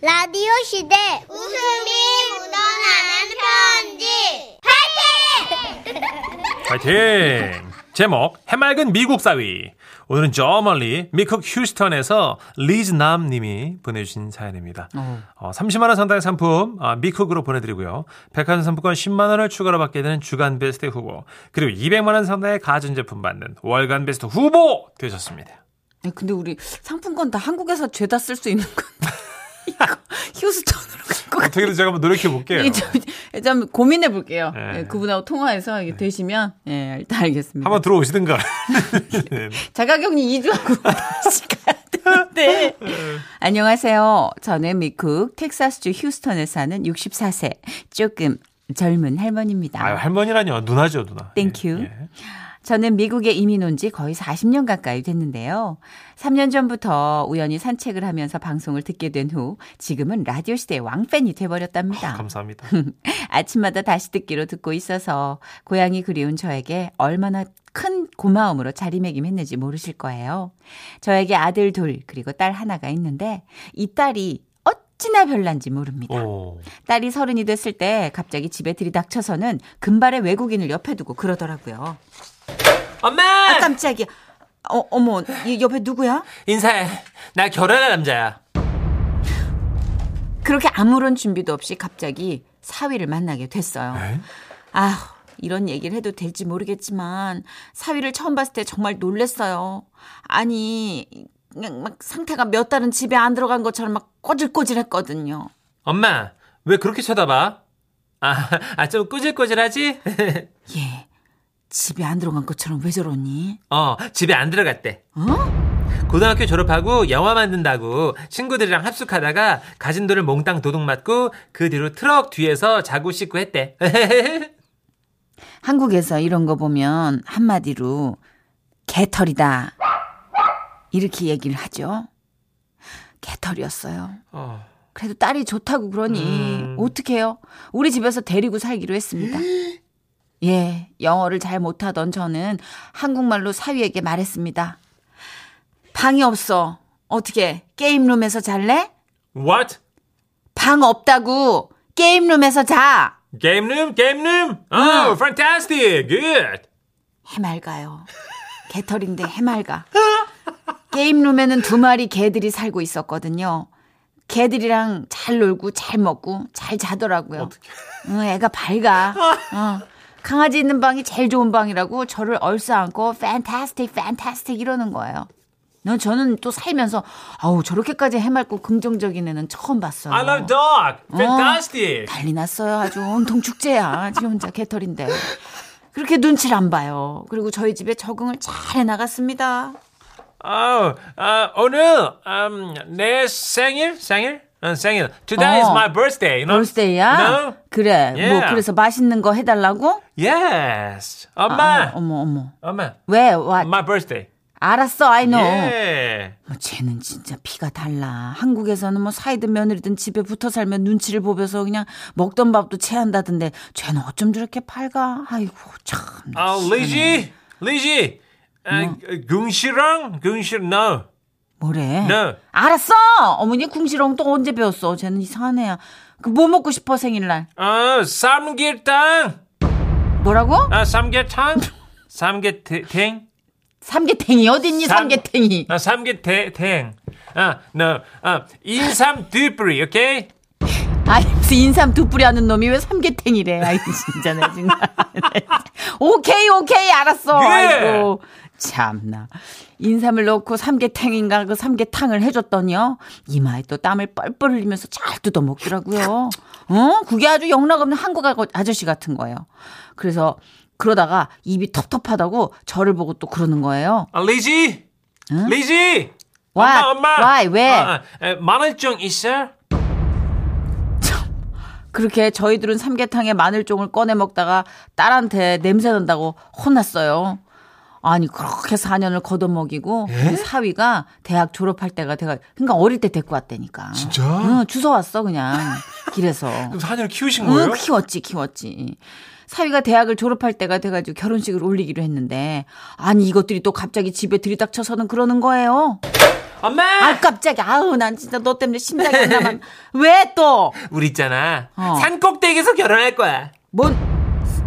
라디오 시대 웃음이 묻어나는 편지 파이팅! 파이팅! 제목 해맑은 미국 사위 오늘은 저 멀리 미국 휴스턴에서 리즈남님이 보내주신 사연입니다. 어, 30만 원 상당의 상품 아, 미쿡으로 보내드리고요. 백화점 상품권 10만 원을 추가로 받게 되는 주간 베스트 후보 그리고 200만 원 상당의 가전제품 받는 월간 베스트 후보 되셨습니다. 아니, 근데 우리 상품권 다 한국에서 죄다 쓸 수 있는 건 이거 휴스턴으로 갈것 같아요. 어떻게든 제가 한번 노력해 볼게요. 이게 좀, 좀 고민해 볼게요. 예. 예, 그분하고 통화해서 이게 되시면 예, 일단 알겠습니다. 네. 한번 들어오시든가. 네. 자가격리 2주하고 다시 가야 되는데. 네. 안녕하세요. 저는 미국 텍사스주 휴스턴에 사는 64세 조금 젊은 할머니입니다. 아유, 할머니라뇨. 누나죠, 누나. Thank 예, you. 저는 미국에 이민 온 지 거의 40년 가까이 됐는데요. 3년 전부터 우연히 산책을 하면서 방송을 듣게 된 후 지금은 라디오 시대의 왕팬이 돼버렸답니다. 예. 어, 아, 감사합니다. 아침마다 다시 듣기로 듣고 있어서 고향이 그리운 저에게 얼마나 큰 고마움으로 자리매김했는지 모르실 거예요. 저에게 아들 둘 그리고 딸 하나가 있는데 이 딸이 어찌나 별난지 모릅니다. 오. 딸이 서른이 됐을 때 갑자기 집에 들이닥쳐서는 금발의 외국인을 옆에 두고 그러더라고요. 엄마! 아 깜짝이야. 어, 어머, 이 옆에 누구야? 인사해. 나 결혼한 남자야. 그렇게 아무런 준비도 없이 갑자기 사위를 만나게 됐어요. 에? 아, 이런 얘기를 해도 될지 모르겠지만 사위를 처음 봤을 때 정말 놀랬어요. 아니, 그냥 막 상태가 몇 달은 집에 안 들어간 것처럼 막 꼬질꼬질했거든요. 엄마, 왜 그렇게 쳐다봐? 아, 아, 좀 꾸질꾸질하지? 예. 집에 안 들어간 것처럼 왜 저러니? 어, 집에 안 들어갔대. 어? 고등학교 졸업하고 영화 만든다고 친구들이랑 합숙하다가 가진 돈을 몽땅 도둑 맞고 그 뒤로 트럭 뒤에서 자고 씻고 했대. 한국에서 이런 거 보면 한마디로 개털이다. 이렇게 얘기를 하죠. 개털이었어요. 어, 그래도 딸이 좋다고 그러니 음. 어떡해요? 우리 집에서 데리고 살기로 했습니다. 예, 영어를 잘 못하던 저는 한국말로 사위에게 말했습니다. 방이 없어. 어떻게 게임룸에서 잘래? What? 방 없다고 게임룸에서 자. 게임룸? 게임룸? Oh, fantastic! Good! 해맑아요. 개털인데 해맑아. 게임룸에는 두 마리 개들이 살고 있었거든요. 개들이랑 잘 놀고 잘 먹고 잘 자더라고요. 응, 애가 밝아. 어. 강아지 있는 방이 제일 좋은 방이라고 저를 얼싸안고 fantastic, fantastic 이러는 거예요. 너 저는 또 살면서 아우 저렇게까지 해맑고 긍정적인 애는 처음 봤어요. I love dog! Fantastic! 난리 났어요. 아주 온통 축제야. 지 혼자 개털인데. 그렇게 눈치를 안 봐요. 그리고 저희 집에 적응을 잘 해나갔습니다. 아, 아, 오늘 음, 내 생일, 생일, 응, 생일. Today is 어. my birthday. You know? 벌스데이야? No? 네. 그래. Yeah. 뭐 그래서 맛있는 거 해달라고? Yes. 엄마, 아, 어머 어머. 엄마, 왜? 와, my birthday. 알았어. I know. Yeah. 뭐 쟤는 진짜 피가 달라. 한국에서는 뭐 사이든 며느리든 집에 붙어 살면 눈치를 보면서 그냥 먹던 밥도 체한다던데 쟤는 어쩜 저렇게 밝아? 아이고 참. 아, 리지, 리지. 아, 궁시랑, 궁시, no, 뭐래? no. 알았어! 어머니 궁시렁 또 언제 배웠어? 쟤는 이상한 애야. 그 뭐 먹고 싶어 생일날? 아, 삼계탕, 뭐라고? 아, 삼계탕, 삼계탕, 삼계탱이 어딨니 삼- 삼계탱이? 아, 삼계탕. 아, Uh, no, Uh, 아, 인삼 듀프리, 오케이? 아이 무슨 인삼 두 뿌리 하는 놈이 왜 삼계탱이래? 아이 진짜 나 진짜. 오케이 오케이 알았어. 예. 아이고 참나. 인삼을 넣고 삼계탱인가 그 삼계탕을 해줬더니요 이마에 또 땀을 뻘뻘 흘리면서 잘 뜯어 먹더라고요. 어 그게 아주 영락없는 한국 아거- 아저씨 같은 거예요. 그래서 그러다가 입이 텁텁하다고 저를 보고 또 그러는 거예요. 아, 리지, 리지. What? 엄마, 엄마. Why? 왜? 아, 아, 에, 마늘종 있어? 그렇게 저희들은 삼계탕에 마늘종을 꺼내 먹다가 딸한테 냄새 난다고 혼났어요. 아니 그렇게 4년을 걷어먹이고 예? 이 사위가 대학 졸업할 때가 돼가 그러니까 어릴 때 데리고 왔다니까. 진짜? 응, 주워 왔어 그냥 길에서. 그럼 사녀를 키우신 응, 거예요? 키웠지, 키웠지. 사위가 대학을 졸업할 때가 돼가지고 네. 결혼식을 올리기로 했는데, 아니, 이것들이 또 갑자기 집에 들이닥쳐서는 그러는 거예요. 엄마! 아 깜짝이야. 아우 난 진짜 너 때문에 심장이 안 나만. 왜 또? 우리 있잖아. 어. 산 꼭대기에서 결혼할 거야. 뭔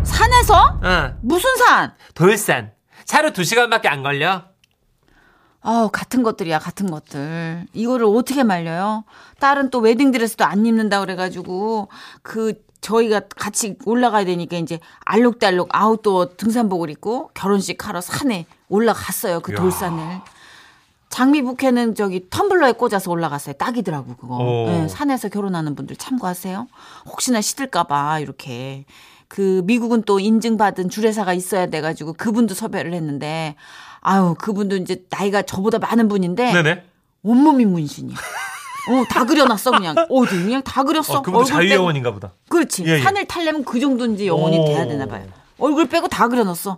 산에서? 어. 무슨 산? 돌산. 차로 두 시간밖에 안 걸려. 어 같은 것들이야 같은 것들. 이거를 어떻게 말려요? 딸은 또 웨딩드레스도 안 입는다 그래가지고 그 저희가 같이 올라가야 되니까 이제 알록달록 아웃도어 등산복을 입고 결혼식 하러 산에 올라갔어요 그 이야. 돌산을. 장미 부케는 저기 텀블러에 꽂아서 올라갔어요. 딱이더라고 그거. 오. 예, 산에서 결혼하는 분들 참고하세요. 혹시나 시들까봐 이렇게. 그 미국은 또 인증받은 주례사가 있어야 돼가지고 그분도 섭외를 했는데 아유 그분도 이제 나이가 저보다 많은 분인데 네네. 어, 온몸이 문신이야. 어다 그려놨어 그냥 어디 그냥 다 그렸어. 어, 그분도 얼굴 빼고. 자유여원인가 보다. 그렇지. 예, 예. 산을 타려면 그 정도인지 영혼이 오. 돼야 되나 봐요. 얼굴 빼고 다 그려놨어.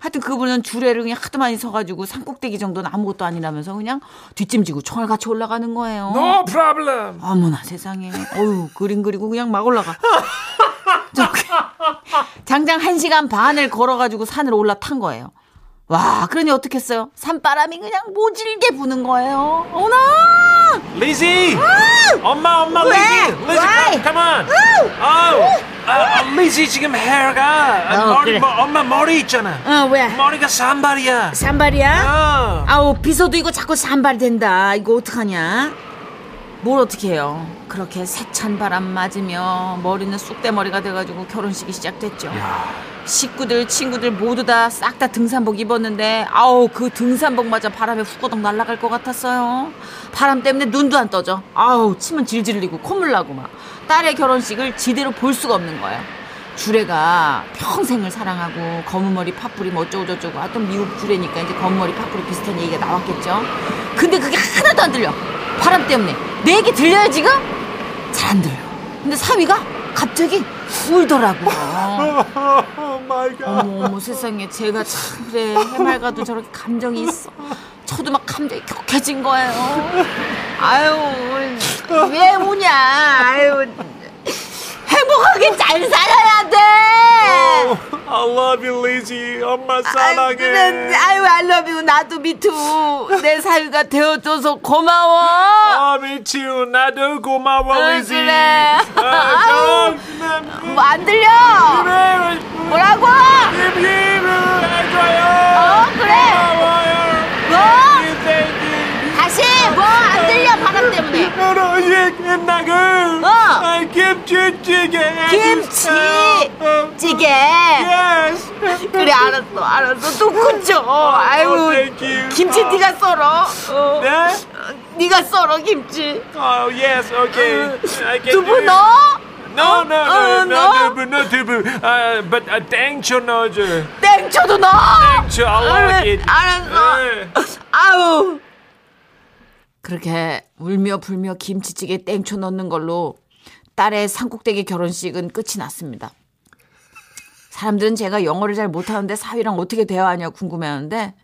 하여튼 그분은 주례를 그냥 하도 많이 서가지고 산꼭대기 정도는 아무것도 아니라면서 그냥 뒷짐지고 총알 같이 올라가는 거예요. No problem. 어머나 세상에. 어유 그림 그리고 그냥 막 올라가. 저기 장장 한 시간 반을 걸어가지고 산을 올라탄 거예요. 와, 그러니 어떻겠어요? 산바람이 그냥 모질게 부는 거예요. 어머나! 리지! 아! 엄마, 엄마, 왜? 리지! 왜? 리지, 가만! 아우! 아, 아, 리지 지금 헤어가 어, 머리, 그래. 뭐, 엄마 머리 있잖아. 어, 왜? 머리가 산발이야. 산발이야? 어. 아우 비서도 이거 자꾸 산발된다 이거 어떡하냐 뭘 어떻게 해요 그렇게 새찬 바람 맞으며 머리는 쑥대머리가 돼가지고 결혼식이 시작됐죠 식구들 친구들 모두 다 싹 다 등산복 입었는데 아우 그 등산복마저 바람에 후거덩 날아갈 것 같았어요 바람 때문에 눈도 안 떠져 아우 침은 질질 흘리고 콧물 나고 막 딸의 결혼식을 지대로 볼 수가 없는 거예요 주례가 평생을 사랑하고 검은 머리 파뿌리 뭐 어쩌고 저쩌고 하여튼 미국 주례니까 이제 검은 머리 파뿌리 비슷한 얘기가 나왔겠죠 근데 그게 하나도 안 들려 바람 때문에 내 얘기 들려요 지금? 잘 안 들려 근데 사위가 갑자기 울더라고요 어머 어머 세상에 제가 참 그래 해맑아도 저렇게 감정이 있어 저도 막 감정이 격해진 거예요 아유 왜 우냐 아유 행복하게 잘 살아야 어, 돼 I love you, 리지. 엄마 아유, 그래, 아유 알러뷰 나도 미투 내 사위가 되어줘서 고마워 아, 미치우. 나도 고마워, 응, 리지. 그래. Uh, Oh. 아, 아유. 좀, 난, 그, 뭐 안 들려 그래, 뭐라고 힘을 해줘요. 어, 그래. 고마워요. 뭐 인생이 다시 뭐 안 들려 바람 때문에 결혼식 끝나고 어. 아, 김치찌개 김치! 찌개 예스 그래 알았어 알았어 또 끊죠 아유 Oh, thank you. Oh. 김치 네가 썰어 어. 네? 네가 썰어 김치 어 예스 오케이 I can do Uh, 두부 it. 넣어 No no no 어, 넣어? no 두부 no 두부 아 but 아, 땡초 넣어줘 땡초도 넣어 네. 땡초 I like it 알았어 예. 아우 그렇게 울며 불며 김치찌개 땡초 넣는 걸로 딸의 산꼭대기 결혼식은 끝이 났습니다 사람들은 제가 영어를 잘 못하는데 사위랑 어떻게 대화하냐 궁금해하는데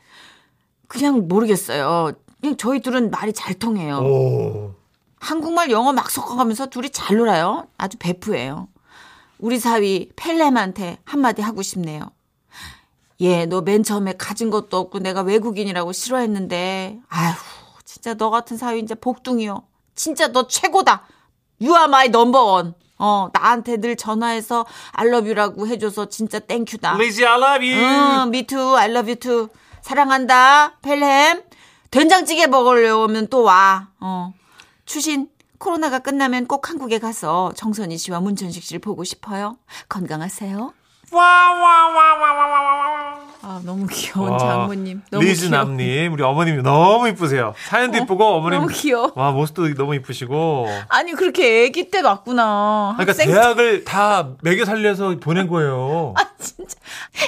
그냥 모르겠어요 그냥 저희 둘은 말이 잘 통해요 오 한국말 영어 막 섞어가면서 둘이 잘 놀아요. 아주 베프예요. 우리 사위 펠렘한테 한마디 하고 싶네요. 얘, 너 맨 처음에 가진 것도 없고 내가 외국인이라고 싫어했는데, 아휴, 진짜 너 같은 사위 이제 복둥이요. 진짜 너 최고다. You are my number one. 어, 나한테 늘 전화해서 I love you라고 해줘서 진짜 땡큐다. Lizzie I love 음, you 응, 미투, I love you too. 사랑한다, 펠렘. 된장찌개 먹으려면 또 와. 어. 추신, 코로나가 끝나면 꼭 한국에 가서 정선희 씨와 문천식 씨를 보고 싶어요. 건강하세요. 와와와와와와와 아, 너무 귀여운 와, 장모님. 너무 귀여워. 리즈남님 우리 어머님이 너무 이쁘세요. 사연도 이쁘고 어머님 너무 귀여워. 와 모습도 너무 이쁘시고. 아니, 그렇게 애기 때 맞구나. 그러니까 학생 때. 대학을 다 매겨 살려서 보낸 거예요. 아, 진짜.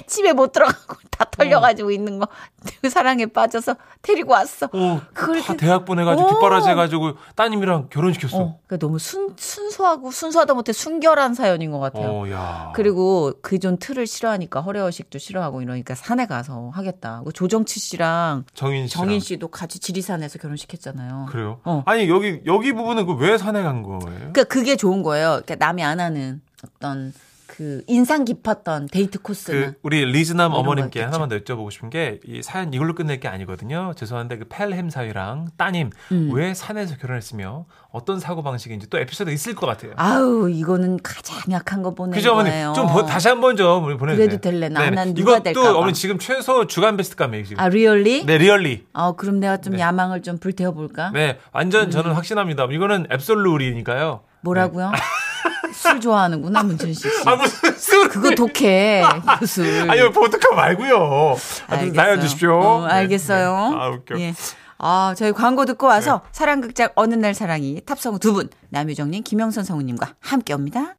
집에 못 들어가고 다 털려가지고 있는 거. 그 사랑에 빠져서 데리고 왔어. 어, 그걸 다 이렇게- 대학 보내가지고 아, 오. 뒷바라지해가지고 따님이랑 결혼시켰어. 어, 그러니까 너무 순, 순수하고 순수하다 못해 순결한 사연인 것 어. 같아요. 야. 그리고 그존 틀을 싫어하니까 허례허식도 싫어하고 이러니까 산에 가서 하겠다. 그 조정치 씨랑 정인 씨. 정인 씨도 같이 지리산에서 결혼식했잖아요. 그렇죠. 그래요? 어. 아니 여기 여기 부분은 그 왜 산에 간 거예요? 그러니까 그게 좋은 거예요. 그러니까 남이 안 하는 어떤 그 인상 깊었던 데이트 코스는 그 우리 리즈남 이런 어머님께 거였겠죠. 하나만 더 여쭤보고 싶은 게 이 사연 이걸로 끝낼 게 아니거든요. 죄송한데 그 펠햄 사위랑 따님 음. 왜 산에서 결혼했으며 어떤 사고 방식인지 또 에피소드 있을 것 같아요. 아우 이거는 가장 약한 거 보내는 그죠 어머님 거예요. 좀 보- 다시 한번 좀 우리 보내주세요. 그래도 될래나? 네네. 난 누가 이것도 될까 봐. 어머니 지금 최소 주간 베스트감이에요 지금. 아 리얼리? 네 리얼리. 어 그럼 내가 좀 야망을 좀 불태워 볼까? 네 완전 음. 저는 확신합니다. 이거는 앱솔루리니까요. 뭐라고요? 술 좋아하는구나 문천식 씨. 네. 아 무슨 술? 그거 독해 그 술. 아니 보드카 말고요. 아, 좀 알겠어요. 나여 주십시오. 어, 알겠어요. 네, 네. 아 웃겨. 네. 예. 아, 저희 광고 듣고 와서 사랑극장 어느 날 사랑이 탑성 두 분, 남유정님, 김영선 성우님과 함께 옵니다.